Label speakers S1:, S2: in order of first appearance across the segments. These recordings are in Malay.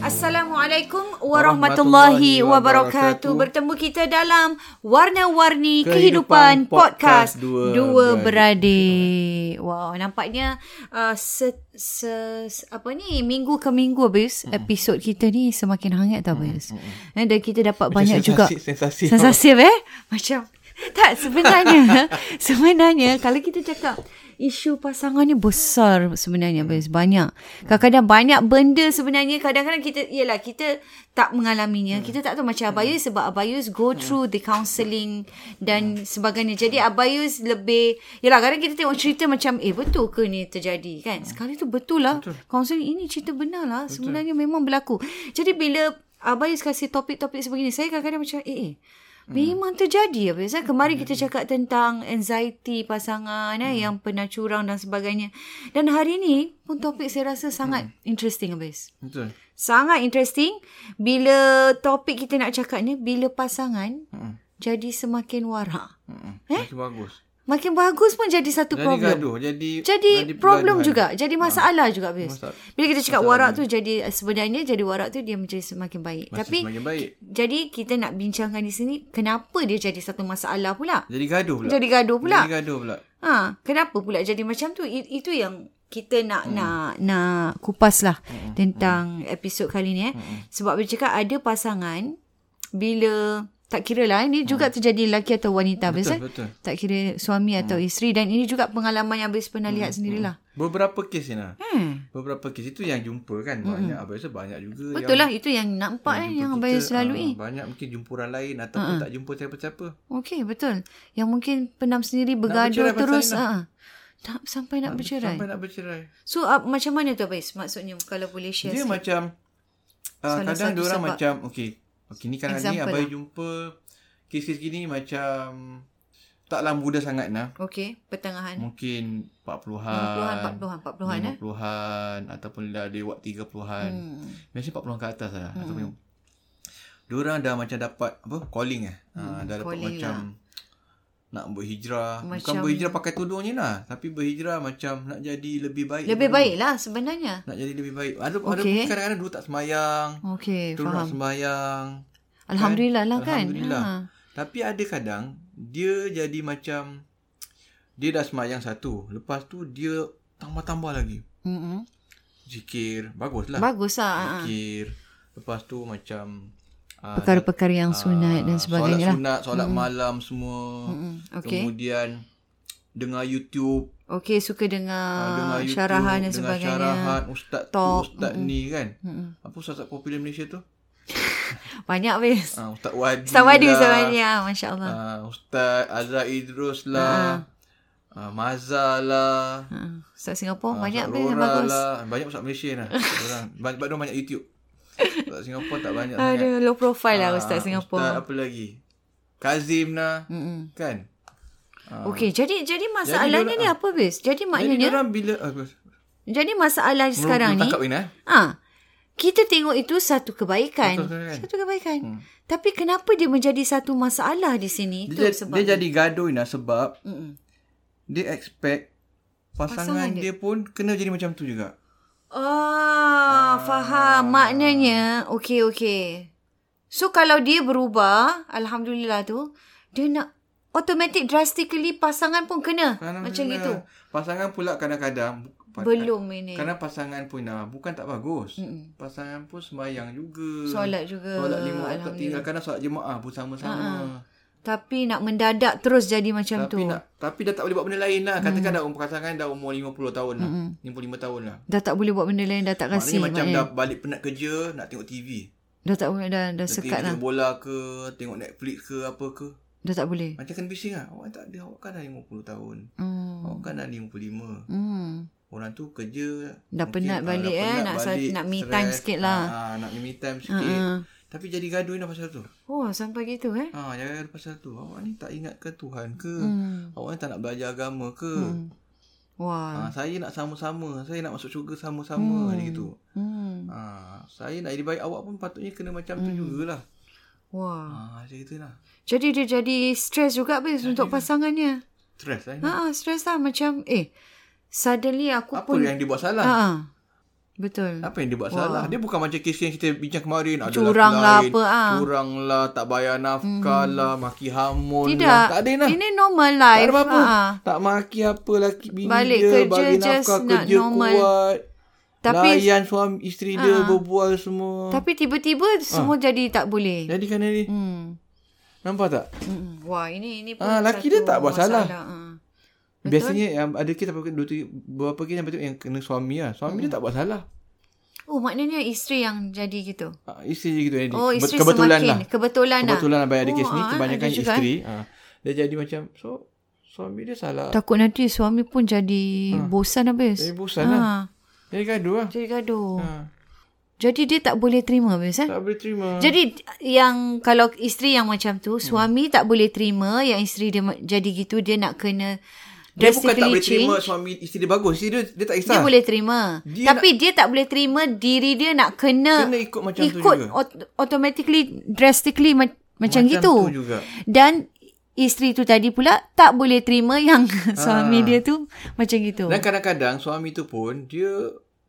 S1: Assalamualaikum warahmatullahi
S2: Warahmatullahi wabarakatuh.
S1: wabarakatuh. Bertemu kita dalam Warna-Warni Kehidupan,
S2: Kehidupan
S1: Podcast
S2: Podcast
S1: Dua,
S2: Dua
S1: Beradik. Wow, nampaknya uh, se, se, se, apa ni minggu ke minggu habis
S2: Hmm.
S1: episod kita ni semakin hangat tau habis. Eh, dan kita dapat banyak juga
S2: sensasi- sensasi.
S1: Sensasi eh? Macam tak sebenarnya sebenarnya kalau kita cakap isu pasangan ni besar sebenarnya Abis. banyak. Kadang-kadang banyak benda sebenarnya kadang-kadang kita ialah kita tak mengalaminya. Kita tak tahu macam Abayus sebab Abayus go through the counselling dan sebagainya. Jadi Abayus lebih ialah kadang kita tengok cerita macam eh betul ke ni terjadi kan? Sekali tu betul lah. Counselling ini cerita benar lah. Sebenarnya memang berlaku. Jadi bila Abayus kasih topik-topik sebegini. Saya kadang-kadang macam, eh, eh. Memang terjadi Abayus. Eh? Kemarin kita cakap tentang anxiety pasangan eh,
S2: Mm.
S1: yang pernah curang dan sebagainya. Dan hari ni pun topik saya rasa sangat
S2: Mm.
S1: interesting Abayus.
S2: Betul.
S1: Sangat interesting. Bila topik kita nak cakap ni, bila pasangan
S2: Hmm,
S1: jadi semakin warak.
S2: Eh? Makin bagus.
S1: Makin bagus pun jadi satu
S2: Jadi
S1: problem.
S2: gaduh. Jadi, kan? Ah.
S1: Jadi problem juga Jadi masalah juga habis
S2: Masalah.
S1: Bila kita cakap warak tu Jadi sebenarnya Jadi warak tu Dia menjadi semakin baik
S2: Masih
S1: Tapi
S2: semakin baik.
S1: Jadi kita nak bincangkan di sini Kenapa dia jadi satu masalah pula
S2: Jadi gaduh pula.
S1: Jadi gaduh pula
S2: Jadi gaduh pula.
S1: ha, Kenapa pula jadi macam tu I- Itu yang kita nak hmm. nak nak kupas lah hmm. tentang hmm. episod kali ni eh. Hmm. Sebab bila cakap ada pasangan bila tak kira lah ini juga terjadi lelaki atau wanita
S2: Hmm. Betul,
S1: biasa
S2: betul. Hmm.
S1: tak kira suami atau isteri dan ini juga pengalaman yang Abis pernah lihat sendirilah.
S2: Beberapa kes ni lah.
S1: Hmm.
S2: Beberapa kes itu yang jumpa kan banyak abang rasa banyak juga
S1: Betul lah itu yang nampak eh yang
S2: jumpa
S1: Abang
S2: kita,
S1: selalu eh.
S2: ah, banyak mungkin jumpuran lain ataupun tak jumpa siapa-siapa
S1: Okey betul. Yang mungkin pendam sendiri bergaduh
S2: bercerai pasal
S1: terus
S2: ni
S1: ah. Tak sampai nak bercerai.
S2: Ah, sampai nak bercerai
S1: So uh, macam mana tu Abis? Maksudnya kalau boleh share
S2: dia
S1: sikit.
S2: macam uh,
S1: Salah
S2: kadang
S1: satu
S2: dia orang
S1: sebab.
S2: macam okey okey ni kadang ni
S1: Example
S2: abang
S1: lah.
S2: jumpa kes-kes gini macam taklah muda sangat nah
S1: Okey,
S2: Hmm.
S1: pertengahan.
S2: mungkin
S1: 50-an,
S2: 40-an
S1: 40-an, 40-an eh.
S2: 50-an ataupun dah lewat 30-an
S1: Hmm.
S2: Biasanya 40 ke atas lah hmm. ataupun Diorang dah macam dapat apa calling eh. Hmm, ha, dah dapat
S1: calling lah.
S2: macam nak berhijrah. Bukan
S1: Macam-
S2: berhijrah pakai tudung je lah, tapi berhijrah macam nak jadi lebih baik.
S1: Lebih
S2: daripada-
S1: baik lah sebenarnya.
S2: Nak jadi lebih baik. Ada
S1: Okey.
S2: okay. ada kadang-kadang dulu tak sembayang,
S1: Okey,
S2: terus nak
S1: faham.
S2: sembayang.
S1: Alhamdulillah lah kan.
S2: Alhamdulillah.
S1: Ha.
S2: Tapi ada kadang dia jadi macam dia dah sembayang satu, lepas tu dia tambah-tambah lagi.
S1: Mm-mm.
S2: Zikir, baguslah.
S1: Bagus lah. ha, ha.
S2: Zikir. Lepas tu macam ah,
S1: Perkara-perkara yang sunat
S2: Ah,
S1: dan sebagainya lah.
S2: Solat sunat, solat mm. malam semua.
S1: Mm-mm.
S2: Okay.
S1: Okey.
S2: Kemudian dengar YouTube,
S1: Okey, suka
S2: ah,
S1: dengar,
S2: dengar YouTube,
S1: syarahan dan
S2: dengar
S1: sebagainya. Hmm.
S2: syarahan ustaz
S1: Talk,
S2: tu, ustaz mm. ni kan.
S1: Mm-mm.
S2: Apa ustaz popular Malaysia tu?
S1: Banyak weh.
S2: Ah, ustaz Wadi.
S1: Ustaz Wadi
S2: lah,
S1: Ustaz Wadi ya, Masya Allah
S2: Ah, ustaz Azra Idrus lah. Ah, Mazal lah.
S1: ha. Ustaz Singapura
S2: ah,
S1: Banyak
S2: Ustaz
S1: benda yang
S2: Rora
S1: bagus
S2: Lah. Banyak ustaz Malaysia lah. Orang banyak sebab dia banyak YouTube. Ustaz Singapura tak banyak sangat.
S1: Ada low profile lah Ustaz
S2: Ah, Ustaz
S1: Singapura
S2: apa lagi? Kazim lah
S1: Mm-mm.
S2: kan. Ah,
S1: Okey, jadi jadi masalahnya
S2: dorang-
S1: ni apa bis? Jadi
S2: Jadi
S1: maknanya jadi,
S2: orang bila ah, bagus.
S1: masalah sekarang ni
S2: Belum tangkap Wina.
S1: ah kita tengok itu satu kebaikan.
S2: Satu kebaikan.
S1: Satu kebaikan. Hmm. Tapi kenapa dia menjadi satu masalah di sini? Itu
S2: Dia,
S1: sebab
S2: dia jadi gaduh Wina sebab
S1: Mm-mm.
S2: dia expect pasangan,
S1: Pasangan
S2: dia. dia pun kena jadi macam tu juga.
S1: Ah, faham. Maknanya, okey, okey. So, kalau dia berubah, Alhamdulillah tu, dia nak automatic drastically pasangan pun kena.
S2: Kadang-kadang
S1: Macam
S2: kena.
S1: gitu.
S2: Pasangan pula kadang-kadang pa-
S1: Belum ini.
S2: Kerana pasangan pun dah bukan tak bagus. Mm-mm. Pasangan pun sembahyang juga.
S1: Solat juga.
S2: Solat lima waktu tak
S1: Alhamdulillah.
S2: tinggal kadang solat jemaah bersama-sama.
S1: Tapi nak mendadak terus jadi macam
S2: Tapi
S1: tu.
S2: nak tapi dah tak boleh buat benda lain lah. Katakan dah umur pasangan dah umur 50 tahun lah. Mm-mm. 55 tahun lah.
S1: Dah tak boleh buat benda lain, dah tak
S2: Maknanya
S1: kasih.
S2: macam
S1: maknanya.
S2: dah balik penat kerja nak tengok TV.
S1: dah tak boleh, dah, dah
S2: Tengok
S1: sekat lah.
S2: tengok bola ke, tengok Netflix ke apa ke.
S1: Dah tak boleh.
S2: Macam kan bising lah. Awak tak ada. Awak kan dah 50 tahun.
S1: Hmm.
S2: Awak kan dah 55.
S1: Hmm.
S2: Orang tu kerja
S1: Dah penat
S2: ah,
S1: balik, eh. Nak sa- nak me
S2: stress.
S1: time sikit lah.
S2: Ah, ah, nak me time sikit.
S1: Ah, ah.
S2: Tapi jadi gaduh ni dah pasal tu.
S1: Oh, sampai gitu eh.
S2: Ha, jangan gaduh pasal tu. Awak ni tak ingat ke Tuhan ke?
S1: Hmm.
S2: Awak ni tak nak belajar agama ke?
S1: Mm. Wah.
S2: Ha, saya nak sama-sama. Saya nak masuk syurga
S1: Mm.
S2: sama-sama. Dia gitu.
S1: Hmm.
S2: Ha, saya nak jadi baik awak pun patutnya kena macam
S1: Mm.
S2: tu jugalah.
S1: Wah.
S2: Ha, macam itulah.
S1: Jadi dia jadi stres juga bes untuk pasangannya.
S2: Stress lah. ni.
S1: Ha ah, stres lah macam eh suddenly aku
S2: Apa
S1: pun
S2: yang dia buat salah?
S1: ha ah. Betul.
S2: Apa yang dia buat Wah. salah? Dia bukan macam kes yang kita bincang kemarin. Ada
S1: Curang lah
S2: lelaki lain,
S1: apa, ah. Curang
S2: Curang lah, tak bayar nafkah hmm. lah, maki hamun
S1: Tidak.
S2: lah. Tak ada lah.
S1: Ini normal
S2: Tak
S1: life.
S2: ada apa-apa. Hmm.
S1: Ha, ah.
S2: Tak maki apa laki bini
S1: Balik
S2: dia,
S1: kerja
S2: bagi
S1: just
S2: nafkah,
S1: nak
S2: kerja
S1: normal.
S2: kuat. Tapi,
S1: Tapi- Ah.
S2: layan suami isteri dia berbual semua.
S1: Tapi tiba-tiba semua jadi tak boleh.
S2: Ah. Jadi kan ni,
S1: Hmm.
S2: nampak tak?
S1: Mm-mm. Wah, ini ini pun
S2: Ah, laki dia
S1: satu
S2: tak buat salah.
S1: masalah. Ah.
S2: Biasanya yang ada kes apa dua tiga beberapa kes yang betul yang kena suami lah. Suami
S1: Hmm.
S2: dia tak buat salah.
S1: Oh, maknanya isteri yang jadi gitu.
S2: Ah, isteri dia gitu jadi.
S1: Oh, isteri
S2: kebetulan
S1: semakin
S2: lah.
S1: kebetulan,
S2: Kebetulan lah banyak ada
S1: Oh,
S2: kes ni
S1: ah,
S2: kebanyakan
S1: ada juga,
S2: isteri. Ha, dia jadi macam so suami dia
S1: lah.
S2: salah.
S1: Takut nanti suami pun jadi
S2: Hmm.
S1: bosan habis.
S2: Jadi bosan lah.
S1: Ha.
S2: Jadi gaduh lah.
S1: Jadi gaduh.
S2: Ha,
S1: Jadi dia tak boleh terima habis eh?
S2: tak boleh terima.
S1: Jadi yang kalau isteri yang macam tu, suami
S2: Hmm.
S1: tak boleh terima yang isteri dia ma- jadi gitu dia nak kena
S2: Dia bukan tak
S1: drastically
S2: boleh terima
S1: change.
S2: suami isteri dia bagus. Isteri dia, dia tak
S1: Dia
S2: kisah.
S1: boleh terima.
S2: Dia
S1: Tapi dia tak boleh terima diri dia nak kena,
S2: Kena ikut macam tu
S1: ikut
S2: juga.
S1: ot- automatically drastically ma- macam,
S2: Macam
S1: gitu.
S2: tu juga.
S1: Dan isteri tu tadi pula tak boleh terima yang
S2: Ah.
S1: suami dia tu macam gitu.
S2: Dan kadang-kadang suami tu pun dia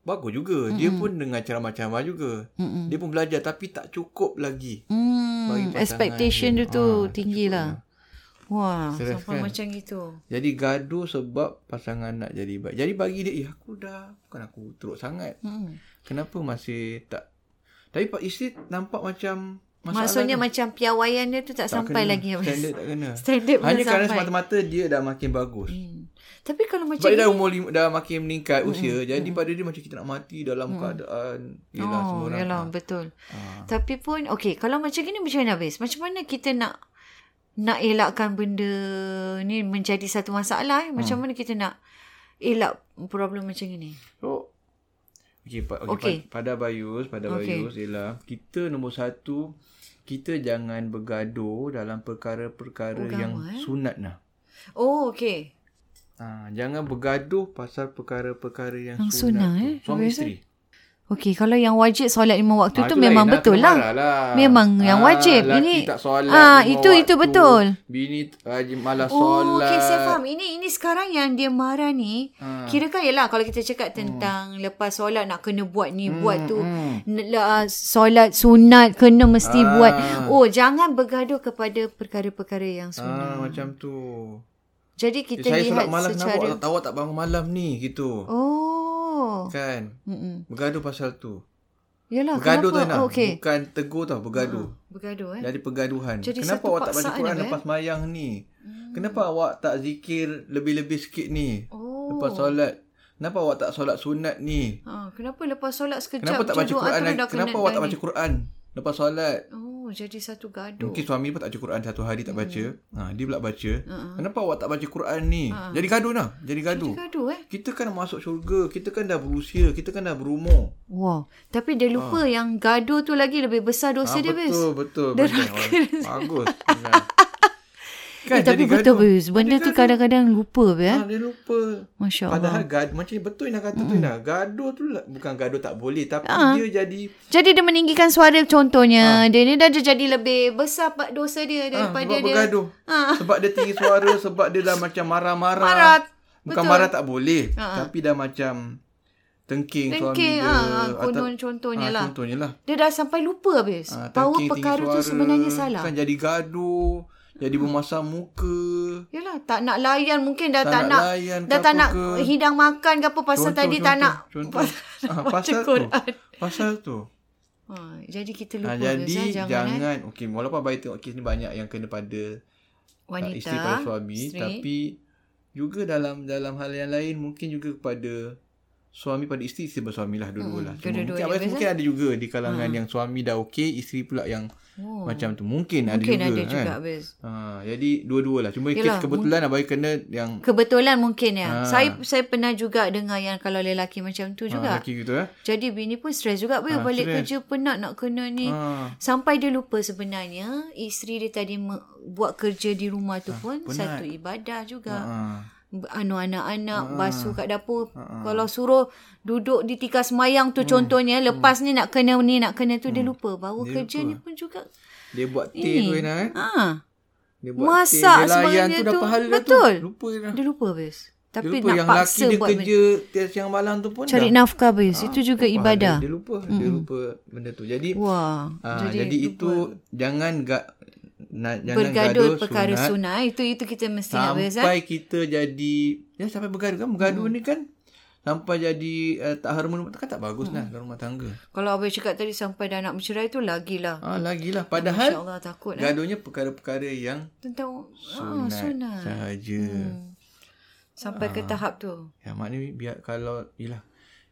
S2: bagus juga. Dia pun dengar ceramah-ceramah juga. Mm-mm. Dia pun belajar tapi tak cukup lagi. bagi
S1: Hmm,
S2: pasangan
S1: expectation
S2: dia.
S1: dia tu
S2: Ah,
S1: tinggi lah. Wah,
S2: Stress
S1: sampai
S2: kan?
S1: macam gitu.
S2: Jadi gaduh sebab pasangan nak jadi baik. Jadi bagi dia, eh aku dah, bukan aku teruk sangat.
S1: Hmm.
S2: Kenapa masih tak? Tapi pak isteri nampak macam masalah
S1: Maksudnya
S2: tu.
S1: macam piawaian dia tu tak,
S2: Tak
S1: sampai
S2: kena.
S1: lagi habis.
S2: Standard tak kena.
S1: Standard belum
S2: Hanya kerana
S1: sampai.
S2: semata-mata dia dah makin bagus.
S1: Hmm. Tapi kalau macam
S2: Sebab dia
S1: ni,
S2: dah umur lima, dah makin meningkat usia. Jadi pada dia macam kita nak mati dalam keadaan yelah semua
S1: hmm, oh,
S2: orang.
S1: yalah, betul.
S2: Ah.
S1: Tapi pun, okay, kalau macam gini macam mana habis? Macam mana kita nak nak elakkan benda ni menjadi satu masalah? Eh?
S2: Hmm.
S1: Macam mana kita nak elak problem macam ni?
S2: So, okay, pa, okay,
S1: Okey.
S2: Pa, pada Bayus, pada
S1: Okey.
S2: okay. Bayus ialah kita nombor satu, kita jangan bergaduh dalam perkara-perkara
S1: Agama,
S2: yang
S1: eh?
S2: sunat lah.
S1: Oh, okay.
S2: Ha, jangan bergaduh pasal perkara-perkara yang,
S1: Yang
S2: sunat.
S1: sunat,
S2: tu.
S1: eh?
S2: Suami
S1: Habis,
S2: isteri.
S1: Okay, kalau yang wajib solat lima waktu
S2: Ah,
S1: tu
S2: lain
S1: memang
S2: lah,
S1: betul
S2: kena
S1: lah.
S2: marah lah.
S1: Memang yang
S2: Ah,
S1: wajib.
S2: laki
S1: Ini-
S2: tak solat.
S1: Ah,
S2: lima
S1: itu- itu
S2: waktu.
S1: betul.
S2: Bini rajin malas
S1: Oh,
S2: solat.
S1: okay, saya faham. Ini ini sekarang yang dia marah ni, ha. kira kan ialah kalau kita cakap tentang hmm. lepas solat nak kena buat ni, hmm, buat tu. Hmm. solat sunat kena mesti
S2: Ah.
S1: ha. buat. Oh, jangan bergaduh kepada perkara-perkara yang sunat. Ha.
S2: Ah, macam tu.
S1: Jadi
S2: Eh,
S1: kita
S2: saya
S1: lihat
S2: solat malam kenapa
S1: secara
S2: awak tak, awak tak bangun malam ni gitu.
S1: Oh.
S2: Kan?
S1: Mm-mm.
S2: Bergaduh pasal tu.
S1: Yalah,
S2: Bergaduh
S1: kenapa?
S2: tu nak.
S1: Ah, Oh, okay.
S2: Bukan tegur tau, bergaduh.
S1: Bergaduh eh.
S2: Jadi pergaduhan.
S1: Jadi
S2: Kenapa
S1: satu
S2: awak tak baca
S1: paksaan
S2: Quran
S1: apa, eh?
S2: lepas mayang ni? Hmm. Kenapa awak tak zikir lebih-lebih sikit ni?
S1: Oh.
S2: Lepas solat. Kenapa awak tak solat sunat ni?
S1: Ha, kenapa lepas solat sekejap
S2: Kenapa tak
S1: je
S2: baca
S1: doa
S2: Quran?
S1: terus
S2: lagi?
S1: dah
S2: Kenapa
S1: penat
S2: awak
S1: dah
S2: tak
S1: ni?
S2: baca Quran lepas solat?
S1: Oh, jadi satu gaduh.
S2: Mungkin suami pun tak baca Quran satu hari tak baca.
S1: Hmm.
S2: Ha, dia pula baca. Uh-huh. Kenapa awak tak baca Quran ni? Uh-huh. Jadi gaduh lah. Jadi gaduh.
S1: Ha. Gaduh eh.
S2: Kita kan masuk syurga. Kita kan dah berusia. Kita kan dah berumur.
S1: Wow. Tapi dia lupa yang gaduh tu lagi lebih besar dosa
S2: Ah,
S1: dia, Bez.
S2: betul, betul. betul. Bagus. benar. kan,
S1: Eh, tapi
S2: jadi
S1: betul,
S2: gaduh.
S1: Bez. Benda tu kadang-kadang lupa, Bez. Eh?
S2: Ah, dia lupa.
S1: Masya Allah. Hmm.
S2: Padahal gaduh, macam ni betul nak kata tu Ina. Gaduh tu lah- bukan gaduh tak boleh tapi
S1: Ah.
S2: dia jadi
S1: Jadi dia meninggikan suara contohnya. Dia ni dah jadi lebih besar pak dosa dia
S2: ah,
S1: daripada
S2: sebab
S1: Eh, dia.
S2: bergaduh.
S1: Ah.
S2: Sebab dia tinggi suara, sebab dia dah macam marah-marah.
S1: Marah.
S2: Bukan marah tak boleh, tapi dah macam Tengking, suami
S1: Ah. Tengking,
S2: dia.
S1: ah, ah,
S2: atau-
S1: konon contohnya
S2: ah,
S1: lah.
S2: Contohnya lah.
S1: Dia dah sampai lupa habis bahawa
S2: Ah, tengking, tinggi
S1: perkara tu
S2: suara,
S1: sebenarnya salah. Ah.
S2: Kan jadi gaduh, jadi memasam muka.
S1: Yalah, tak nak layan mungkin dah
S2: Tak
S1: tak,
S2: nak
S1: nak,
S2: layan ke
S1: dah tak
S2: apa
S1: nak
S2: ke.
S1: hidang makan ke apa pasal
S2: Contoh,
S1: tadi
S2: contoh,
S1: tak nak
S2: Contoh. Ah,
S1: baca
S2: pasal tu.
S1: Quran.
S2: Pasal tu.
S1: Ha, jadi kita
S2: Ah,
S1: lupa
S2: jadi
S1: Zah,
S2: jangan,
S1: jangan, eh.
S2: jangan eh. okey walaupun abang tengok kes ni banyak yang kena pada
S1: wanita
S2: wanita, isteri pada suami isteri. tapi juga dalam dalam hal yang lain mungkin juga kepada suami pada isteri isteri bersuami lah dua-dua lah.
S1: Hmm,
S2: Cuma
S1: dua-dua
S2: mungkin,
S1: dia
S2: abang rasa
S1: biasa. Ha.
S2: mungkin ada juga di kalangan yang suami dah okey isteri pula yang
S1: oh,
S2: macam tu mungkin, ada
S1: mungkin
S2: juga
S1: ada
S2: kan.
S1: juga habis.
S2: Ha, jadi dua-dua lah. Cuma
S1: Yelah,
S2: kes kebetulan abang kena yang ha,
S1: Kebetulan mungkin ya.
S2: Ah.
S1: Saya saya pernah juga dengar yang kalau lelaki macam tu
S2: ha,
S1: juga.
S2: lelaki gitu eh.
S1: Jadi bini pun stres juga. Ha,
S2: Ah,
S1: balik
S2: stres.
S1: kerja penat nak kena ni.
S2: Ha,
S1: Sampai dia lupa sebenarnya isteri dia tadi me- buat kerja di rumah tu pun
S2: Ah, penat. Ah.
S1: satu ibadah juga.
S2: ha.
S1: B- anu anak-anak basuh kat dapur
S2: Ah.
S1: kalau suruh duduk di tikas mayang tu contohnya lepas ni nak kena ni nak kena tu dia lupa bahawa
S2: Hmm. Dia
S1: kerja
S2: lupa.
S1: ni pun juga
S2: Dia buat teh tu Ina eh.
S1: ha
S2: Dia buat
S1: Masak
S2: teh, dia layan
S1: semalam
S2: tu
S1: dia
S2: dah
S1: tu.
S2: pahala
S1: Betul.
S2: tu. Lupa Ina.
S1: dia lupa bes
S2: Dia
S1: tapi
S2: lupa
S1: nak
S2: yang laki
S1: paksa
S2: dia
S1: buat benda.
S2: kerja tiap siang malam tu pun
S1: cari
S2: dah. Ah,
S1: nafkah bes itu juga
S2: pahala.
S1: ibadah
S2: Dia lupa, mm. dia lupa benda tu. Jadi
S1: wah
S2: ha, jadi, jadi itu jangan ga, na, jangan
S1: bergaduh
S2: gaduh
S1: perkara
S2: sunat, Ah.
S1: sunnah itu itu kita mesti nak bes eh? Hmm.
S2: sampai kita jadi ya sampai bergaduh kan bergaduh ni kan sampai jadi uh, tak harmoni kan tak bagus
S1: Hmm.
S2: lah dalam rumah tangga.
S1: kalau abang cakap tadi sampai dah nak bercerai tu lagilah
S2: Ah lagilah padahal
S1: insyaallah takut eh.
S2: gaduhnya perkara-perkara yang
S1: tentang ah,
S2: sunat,
S1: sunnah
S2: sahaja. Hmm.
S1: sampai ke tahap tu
S2: Ya maknanya biar kalau yalah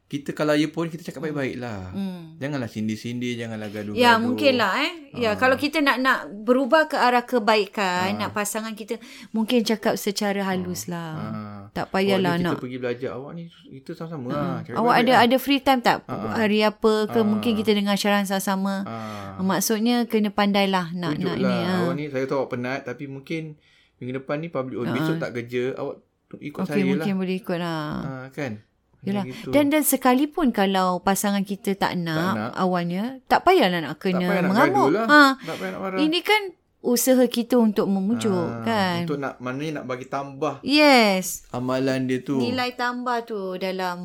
S2: kita kalau ya pun kita cakap baik-baik lah.
S1: Hmm.
S2: Janganlah sindir-sindir, janganlah gaduh-gaduh.
S1: Ya,
S2: Ah,
S1: mungkinlah eh. Ya, kalau kita nak nak berubah ke arah kebaikan, nak pasangan kita mungkin cakap secara halus lah.
S2: Ah.
S1: Tak payahlah
S2: Awak ni
S1: nak. Hmm.
S2: Kita pergi belajar awak ni kita sama-sama lah.
S1: Awak
S2: Cakap baik-baik
S1: ada
S2: lah.
S1: ada free time tak? Hari apa ke mungkin kita dengar syarahan sama-sama.
S2: Ah,
S1: Maksudnya kena pandailah nak
S2: tunjuk
S1: nak
S2: lah.
S1: ini. ah.
S2: Awak ni saya tahu awak penat tapi mungkin minggu depan ni public holiday besok tak kerja awak tu
S1: Ah.
S2: ikut
S1: Okey,
S2: saya
S1: mungkin
S2: lah.
S1: boleh ikut lah.
S2: Ah, kan.
S1: Yalah.
S2: Gitu.
S1: Dan dan sekalipun kalau pasangan kita tak nak,
S2: nak.
S1: awalnya, tak payahlah nak
S2: tak
S1: kena
S2: payah nak
S1: mengamuk.
S2: gaduh lah.
S1: Ha,
S2: Tak payah nak marah.
S1: ini kan usaha kita untuk memujuk
S2: Ah,
S1: kan.
S2: Untuk nak maknanya nak bagi tambah
S1: Yes.
S2: amalan dia tu.
S1: nilai tambah tu dalam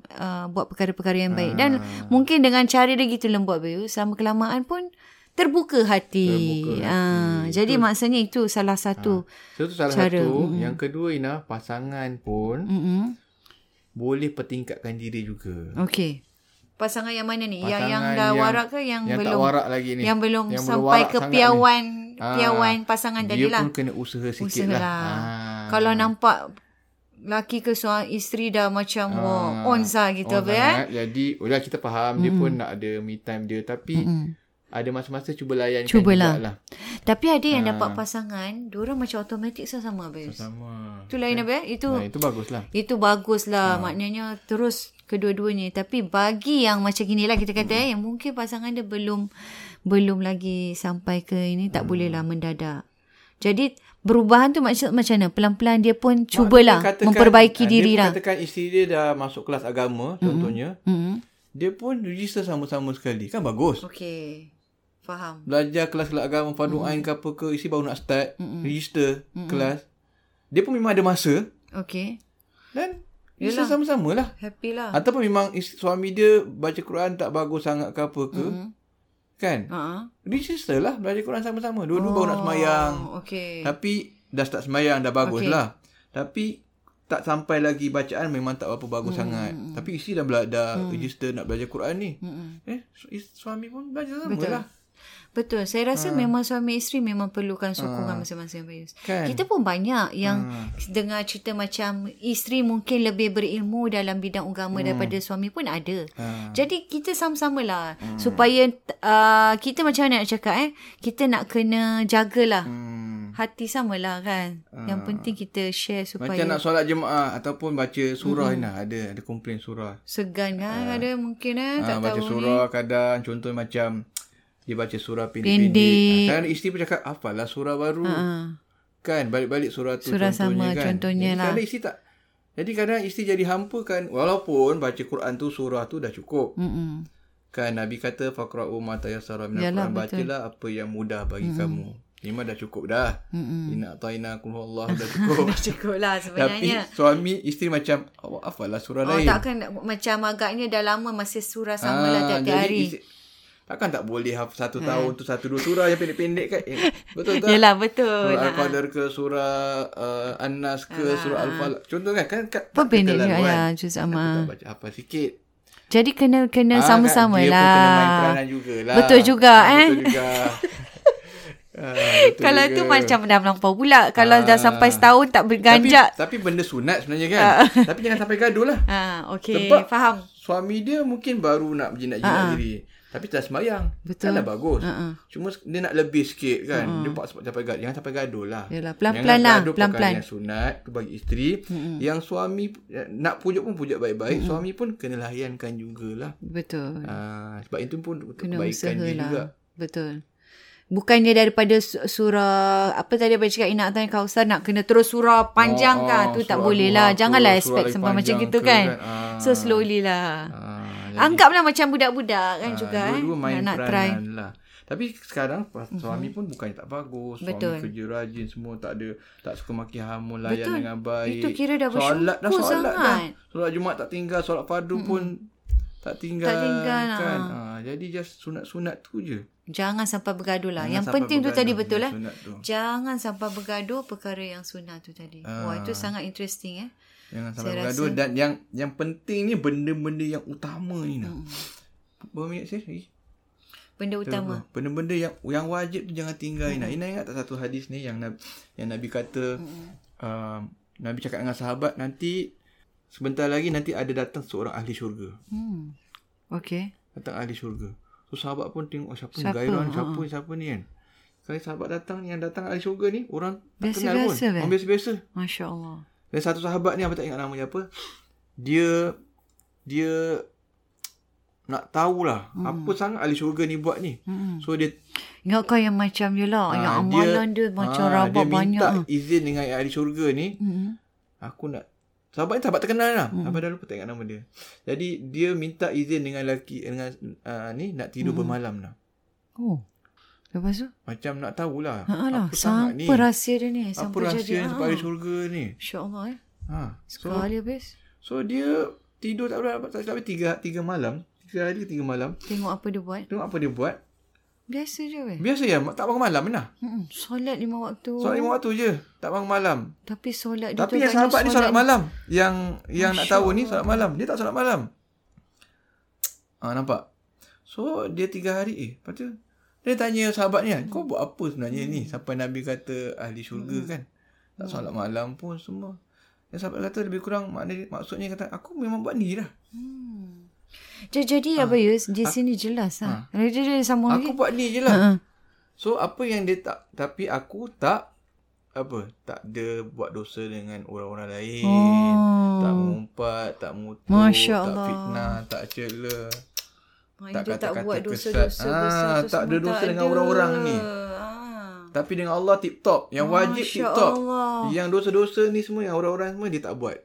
S1: uh, buat perkara-perkara yang
S2: Ha.
S1: baik
S2: Ah.
S1: dan mungkin dengan cara dia gitu lembut bayu sama kelamaan pun terbuka hati.
S2: Terbuka Ha.
S1: Ah, jadi maksudnya itu salah satu.
S2: So, tu salah
S1: Cara. Mm.
S2: satu. Yang kedua Ina, pasangan pun
S1: Mm-mm.
S2: boleh pertingkatkan diri juga.
S1: Okey. Pasangan yang mana ni? yang yang
S2: Pasangan
S1: dah
S2: yang-
S1: warak ke yang,
S2: Yang
S1: belum
S2: tak warak lagi ni.
S1: yang belum
S2: Yang belum
S1: sampai
S2: warak
S1: ke
S2: sangat ni.
S1: piawan
S2: Ah,
S1: piawan pasangan
S2: Dia
S1: tadi lah.
S2: pun kena usaha sikit
S1: Usahalah.
S2: lah. Ah.
S1: Kalau nampak laki ke suami isteri dah macam
S2: Ah,
S1: oh, on sah gitu
S2: on
S1: apa eh.
S2: sangat. Jadi, udah kita faham dia pun nak ada me time dia tapi ada masa-masa cuba layan
S1: Cubalah.
S2: lah.
S1: Tapi ada yang
S2: Ah.
S1: dapat pasangan, diorang macam automatik sama-sama habis.
S2: Sama.
S1: Itu lain apa ya? Itu
S2: Nah, itu baguslah.
S1: itu baguslah.
S2: Ah.
S1: Ha. Maknanya terus kedua-duanya. Tapi bagi yang macam inilah kita kata hmm. eh, yang mungkin pasangan dia belum belum lagi sampai ke ini
S2: Hmm.
S1: tak bolehlah mendadak. Jadi perubahan tu macam macam mana? Pelan-pelan dia pun cubalah
S2: Dia katakan-
S1: memperbaiki
S2: ah,
S1: diri
S2: Dia
S1: lah.
S2: katakan isteri dia dah masuk kelas agama contohnya.
S1: Hmm.
S2: Dia pun register sama-sama sekali. Kan bagus.
S1: Okey. Faham.
S2: belajar kelas kelas agama fardu ain ke apa ke isi baru nak start register kelas dia pun memang ada masa
S1: Okey.
S2: dan register sama-sama lah
S1: Happy lah.
S2: ataupun memang is- suami dia baca Quran tak bagus sangat ke apa ke kan
S1: Ha.
S2: register lah belajar Quran sama-sama dua-dua baru nak semayang
S1: Oh, okey.
S2: tapi dah start semayang dah
S1: Okey.
S2: bagus okay. lah tapi tak sampai lagi bacaan memang tak apa bagus hmm. sangat tapi isi dah bela- dah hmm. register nak belajar Quran ni
S1: Mm-mm.
S2: eh su- is- suami pun belajar sama Betul. lah
S1: Betul. Saya rasa
S2: Hmm.
S1: memang suami isteri memang perlukan sokongan masing-masing Bayus.
S2: kan
S1: Kita pun banyak yang hmm. dengar cerita macam isteri mungkin lebih berilmu dalam bidang agama hmm. daripada suami pun ada.
S2: Ha.
S1: Jadi kita sama-samalah hmm. supaya uh, kita macam mana nak cakap eh kita nak kena jagalah hmm.
S2: hmm.
S1: hati samalah kan. Yang penting kita share supaya
S2: Macam nak solat jemaah ataupun baca surah mm-hmm. ni ada ada komplain surah.
S1: segan kan ada mungkin eh
S2: Ha,
S1: tak
S2: baca
S1: tahu
S2: surah ni. kadang contoh macam dia baca surah
S1: Pendek.
S2: pendek-pendek. Ha, kadang isteri pun cakap apalah surah baru.
S1: Ha.
S2: Ha. Kan balik-balik surah tu
S1: Surah sama,
S2: contohnya kan.
S1: contohnya
S2: Jadi
S1: lah.
S2: Kadang isteri tak jadi kadang isteri jadi hampa kan walaupun baca Quran tu surah tu dah cukup.
S1: Mm-mm.
S2: Kan Nabi kata faqra'u ma tayassara minal
S1: Yalah,
S2: Quran bacalah apa yang mudah bagi mm-hmm. kamu. Lima dah cukup dah. Mm-mm. Inna ta'ina kul Allah dah cukup.
S1: Dah cukup lah
S2: Tapi
S1: sebenarnya.
S2: suami isteri macam awak apalah surah
S1: Oh,
S2: lain.
S1: takkan nak- macam agaknya dah lama masih surah sama lah
S2: Ah,
S1: tiap-tiap
S2: jadi
S1: hari. Eh.
S2: isteri- Takkan tak boleh haf- satu tahun tu satu dua surah yang pendek-pendek kan. Eh, betul tak?
S1: Yelah, betul. lah.
S2: Surah
S1: Nak-
S2: Al-Qadar ke surah uh, An-Nas ke surah Al-Falaq. Contoh kan kan kat
S1: ah. Apa pendek
S2: practical
S1: juga
S2: kan,
S1: ya,
S2: buat.
S1: Juz
S2: Aku
S1: Amma.
S2: tak baca apa sikit.
S1: Jadi kena kena
S2: Ah, kan,
S1: sama-sama
S2: dia pun
S1: lah.
S2: kena main peranan jugalah.
S1: Betul juga,
S2: Ah,
S1: eh?
S2: Betul juga. Ah, betul
S1: Kalau
S2: juga.
S1: tu macam dah melampau pula. Kalau dah
S2: Ah.
S1: sampai setahun tak berganjak.
S2: Tapi, tapi benda sunat sebenarnya kan. tapi jangan sampai gaduh lah.
S1: Ah, okey,
S2: Sebab-
S1: faham.
S2: Suami dia mungkin baru nak berjinak-jinak
S1: Ah.
S2: diri. Tapi tak semayang.
S1: Betul.
S2: Kan dah bagus.
S1: Ah, ah.
S2: Cuma dia nak lebih sikit kan. Dia buat sebab sampai gaduh. Jangan sampai gaduh lah.
S1: Hmm. Yalah, pelan-pelan
S2: Jangan
S1: lah,
S2: gaduh
S1: pelan-pelan. Hmm.
S2: perkara yang sunat tu bagi isteri. Yang suami eh, nak pujuk pun pujuk baik-baik. Suami pun kena layankan jugalah.
S1: Betul.
S2: Ah, sebab itu pun untuk
S1: Hmm. Kena
S2: kebaikan
S1: usaha
S2: dia
S1: lah.
S2: juga.
S1: Betul. Bukannya daripada su- surah apa tadi abang cakap Ina Atan Kausar nak kena terus surah panjang kan
S2: Ah,
S1: tu tak
S2: surah
S1: boleh
S2: Duha
S1: lah.
S2: ke,
S1: Janganlah
S2: surah
S1: expect
S2: lagi
S1: sampai macam
S2: panjang
S1: gitu
S2: ke
S1: kan.
S2: kan. Ah.
S1: So slowly lah.
S2: Ah, jadi-
S1: Anggaplah macam budak-budak kan
S2: Ah,
S1: juga eh.
S2: Dua-dua main
S1: Nak, nak try. Mhm.
S2: peranan lah. Tapi sekarang suami pun bukan tak bagus.
S1: Betul.
S2: Suami kerja rajin semua tak ada tak suka maki hamun layan
S1: Betul.
S2: dengan baik.
S1: Itu kira dah
S2: solat dah
S1: bersyukur
S2: solat dah.
S1: sangat. Mhm.
S2: Solat Jumaat tak tinggal, solat fardu pun tak tinggal.
S1: Tak tinggal,
S2: kan. Ah, jadi just sunat-sunat tu je.
S1: Jangan sampai bergaduh lah.
S2: Jangan
S1: yang
S2: sampai
S1: penting tu
S2: bergaduh
S1: tadi
S2: dengan
S1: betul lah.
S2: sunat tu.
S1: Jangan sampai bergaduh perkara yang sunnah tu tadi.
S2: Ah.
S1: Wah itu sangat interesting eh.
S2: Jangan sampai
S1: Saya
S2: bergaduh dan yang yang penting ni benda-benda yang utama ni
S1: Mhm.
S2: nak. Berapa minit saya lagi?
S1: Benda utama.
S2: Betul. Benda-benda yang yang wajib tu jangan tinggal Ina. Ina ingat tak satu hadis ni yang Nabi, yang Nabi kata um, Nabi cakap dengan sahabat nanti sebentar lagi nanti ada datang seorang ahli syurga.
S1: Hmm. Okay.
S2: Datang ahli syurga. So sahabat pun tengok oh, siapa, siapa? gairah ni, siapa ni, siapa ni kan. Kali sahabat datang yang datang ahli syurga ni orang tak kenal pun.
S1: Biasa-biasa,
S2: Orang biasa-biasa.
S1: Masya Allah.
S2: Dan satu sahabat ni apa tak ingat nama dia apa. Dia dia nak tahulah hmm. apa sangat ahli syurga ni buat ni.
S1: Hmm.
S2: So dia
S1: Ingat kau yang macam je lah. yang
S2: Ah,
S1: amalan dia, macam
S2: ah,
S1: rabak
S2: dia
S1: banyak.
S2: minta izin dengan yang ahli syurga ni.
S1: Hmm.
S2: Aku nak sahabat ni sahabat terkenal lah. Hmm. Abang dah lupa tak ingat nama dia. Jadi dia minta izin dengan lelaki dengan uh, ni nak tidur hmm. bermalam lah.
S1: Oh. Lepas tu?
S2: Macam nak tahulah.
S1: Ha lah.
S2: apa sangat ni.
S1: Sampai rahsia dia ni.
S2: Apa
S1: Sampai
S2: rahsia
S1: jadi. ha.
S2: ni sampai ahli syurga ni.
S1: Masya Allah eh.
S2: Ha. So,
S1: Sekali habis.
S2: so dia tidur tak berapa tak silap tiga, tiga malam. Tiga hari tiga malam.
S1: Tengok apa dia buat.
S2: Tengok apa dia buat.
S1: Biasa je weh.
S2: Biasa ya tak bangun malam ni lah.
S1: Hmm. Solat lima waktu.
S2: Solat lima waktu je. Tak bangun malam.
S1: Tapi solat dia
S2: Tapi
S1: tu
S2: yang
S1: agaknya
S2: sahabat ni solat malam. Yang yang nak
S1: Masya
S2: tahu ni solat malam. Dia tak solat malam. Ah nampak. So dia tiga hari eh. Lepas tu dia tanya sahabat ni kan, kau buat apa sebenarnya ni sampai Nabi kata ahli syurga kan. Tak solat malam pun semua. Yang sahabat kata lebih kurang maknanya maksudnya kata aku memang buat ni lah.
S1: Hmm. Ja- Jadi Abang Yus, di sini jelas lah. Ha. Dia, dia sambung
S2: Ah. Aku
S1: lagi.
S2: buat ni je
S1: Ha,
S2: lah.
S1: ha.
S2: So apa yang dia tak tapi aku tak apa tak ada buat dosa dengan orang-orang lain.
S1: Oh.
S2: Tak mengumpat, tak mengutuk,
S1: Masya
S2: tak
S1: Allah.
S2: fitnah, tak cela.
S1: Maknanya dia tak
S2: kata-kata
S1: buat
S2: kesat.
S1: dosa-dosa
S2: Ah,
S1: besar tu
S2: tak ada
S1: semua
S2: dosa dengan orang-orang ni.
S1: Ah.
S2: Tapi dengan Allah tip top. Yang wajib
S1: Masya
S2: tip top.
S1: Allah.
S2: Yang dosa-dosa ni semua yang orang-orang semua dia tak buat.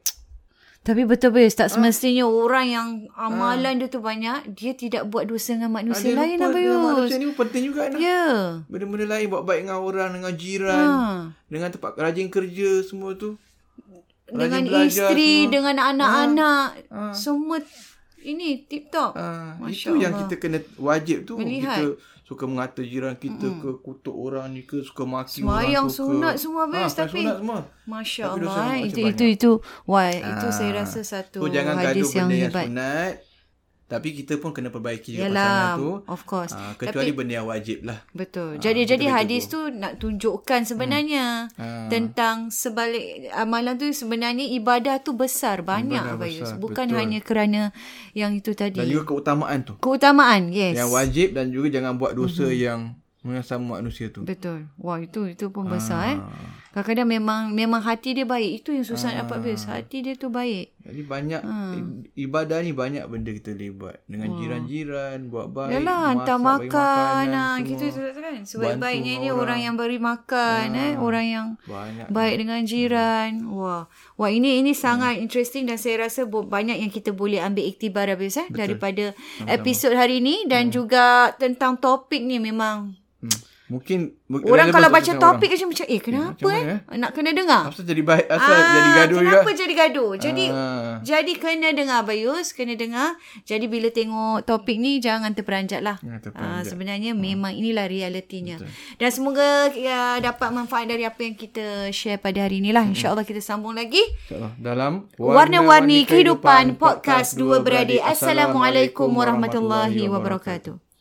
S1: Tapi betul Abang Yus,
S2: Ah.
S1: tak semestinya orang yang amalan dia tu banyak, dia tidak buat dosa dengan manusia
S2: Ah, Dia
S1: lain
S2: lupa
S1: Abang
S2: dengan
S1: Yus.
S2: Manusia lah. ni pun penting juga
S1: Ya. Ah.
S2: nak.
S1: Yeah.
S2: Benda-benda lain buat baik dengan orang, dengan jiran, dengan tempat rajin kerja semua tu. Rajin
S1: Dengan
S2: belajar
S1: isteri,
S2: semua.
S1: dengan anak-anak,
S2: Ah.
S1: semua ini tip-top.
S2: Ah,
S1: Masya
S2: itu yang kita kena wajib tu
S1: Melihat.
S2: kita suka mengata jiran kita mm ke kutuk orang ni ke suka maki
S1: Semayang,
S2: orang tu ke
S1: sunat semua habis,
S2: semayang
S1: tapi-
S2: sunat semua
S1: Masya
S2: Tapi dosa
S1: Allah.
S2: dengan
S1: eh. Itu,
S2: manusia
S1: itu, itu. Wah, itu
S2: Ah.
S1: saya rasa satu
S2: so, jangan gaduh
S1: hadis
S2: benda
S1: yang
S2: yang
S1: hebat.
S2: sunat tapi kita pun kena perbaiki juga pasangan
S1: Yalah, Oh,
S2: tu
S1: of course.
S2: Ah, kecuali Tapi, benda yang wajib lah
S1: Betul. Jadi jadi hadis tu nak tunjukkan sebenarnya
S2: Ah.
S1: tentang sebalik amalan tu sebenarnya ibadah tu besar banyak
S2: Ibadah
S1: Bayus.
S2: besar,
S1: Bukan
S2: betul.
S1: hanya kerana yang itu
S2: dan
S1: tadi.
S2: juga keutamaan tu
S1: Keutamaan, yes.
S2: yang wajib dan juga jangan buat dosa mm-hmm. yang mengasam manusia tu
S1: Betul. Wah, itu itu
S2: Ah.
S1: pun besar eh. Kadang-kadang memang memang hati dia baik. Itu yang susah nak dapat Bayus.
S2: Ah.
S1: Hati dia tu baik.
S2: jadi banyak
S1: Ha.
S2: i- ibadah ni banyak benda kita boleh buat dengan jiran-jiran buat baik
S1: Yalah, hantar
S2: masak, bagi
S1: makan.
S2: makanan,
S1: Ah,
S2: semua.
S1: gitu tu kan. Sebaik-baiknya
S2: Bantu Ah.
S1: ni orang yang beri makan eh, orang yang
S2: banyak
S1: baik dengan jiran.
S2: Hmm.
S1: Wah. Wah ini ini sangat interesting dan saya rasa bo- banyak yang kita boleh ambil iktibar habis eh daripada episod hari ini dan juga tentang topik ni memang
S2: Hmm. Mungkin mungkin
S1: Orang
S2: relevant
S1: kalau
S2: untuk
S1: baca
S2: setengah
S1: topik je macam Eh kenapa
S2: Ya, macam
S1: eh,
S2: mana,
S1: Nak kena dengar
S2: orang. Asal jadi baik Asal jadi gaduh juga
S1: Ah, Kenapa jadi gaduh Jadi
S2: Ah.
S1: Jadi kena dengar Bayus Kena dengar Jadi bila tengok topik ni Jangan terperanjat lah
S2: Jangan terperanjat.
S1: Ah, Sebenarnya memang inilah realitinya Dan semoga ya, Dapat manfaat dari apa yang kita Share pada hari ni lah InsyaAllah kita sambung lagi
S2: InsyaAllah dalam
S1: Warna-warni kehidupan Podcast Dua Beradik Assalamualaikum warahmatullahi wabarakatuh